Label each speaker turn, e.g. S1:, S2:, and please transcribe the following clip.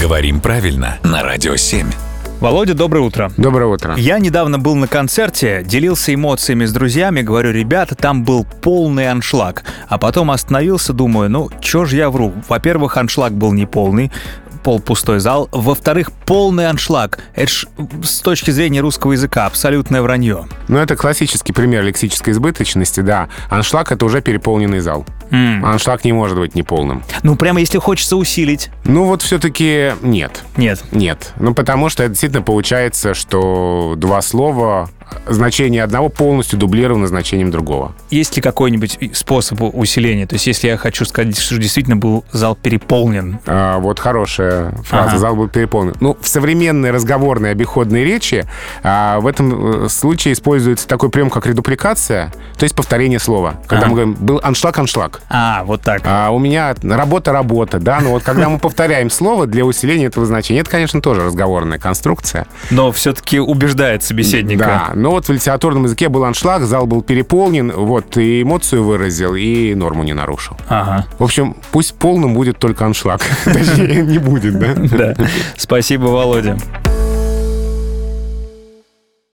S1: Говорим правильно на Радио 7.
S2: Володя, доброе утро.
S3: Доброе утро.
S2: Я недавно был на концерте, делился эмоциями с друзьями, говорю, ребята, там был полный аншлаг. А потом остановился, думаю, ну, чё ж я вру? Во-первых, аншлаг был не полный, полпустой зал. Во-вторых, полный аншлаг. Это ж с точки зрения русского языка абсолютное вранье.
S3: Ну, это классический пример лексической избыточности, да. Аншлаг — это уже переполненный зал. Аншлаг не может быть неполным.
S2: Ну, прямо если хочется усилить.
S3: Ну, вот все-таки нет.
S2: Нет.
S3: Нет. Ну, потому что это действительно получается, что два слова, значение одного полностью дублировано значением другого.
S2: Есть ли какой-нибудь способ усиления? То есть, если я хочу сказать, что действительно был зал переполнен.
S3: А, вот хорошая фраза.
S2: Ага.
S3: Зал был переполнен. Ну, в современной разговорной обиходной речи а, в этом э, случае используется такой прием, как редупликация, то есть повторение слова.
S2: Ага.
S3: Когда мы говорим «был аншлаг-аншлаг».
S2: А, вот так.
S3: А у меня работа-работа, да, но вот когда мы повторяем слово для усиления этого значения, это, конечно, тоже разговорная конструкция.
S2: Но все-таки убеждает собеседника.
S3: Да, но вот в литературном языке был аншлаг, зал был переполнен, вот, и эмоцию выразил, и норму не нарушил.
S2: Ага.
S3: В общем, пусть полным будет только аншлаг. Точнее, не будет, да?
S2: Да. Спасибо, Володя.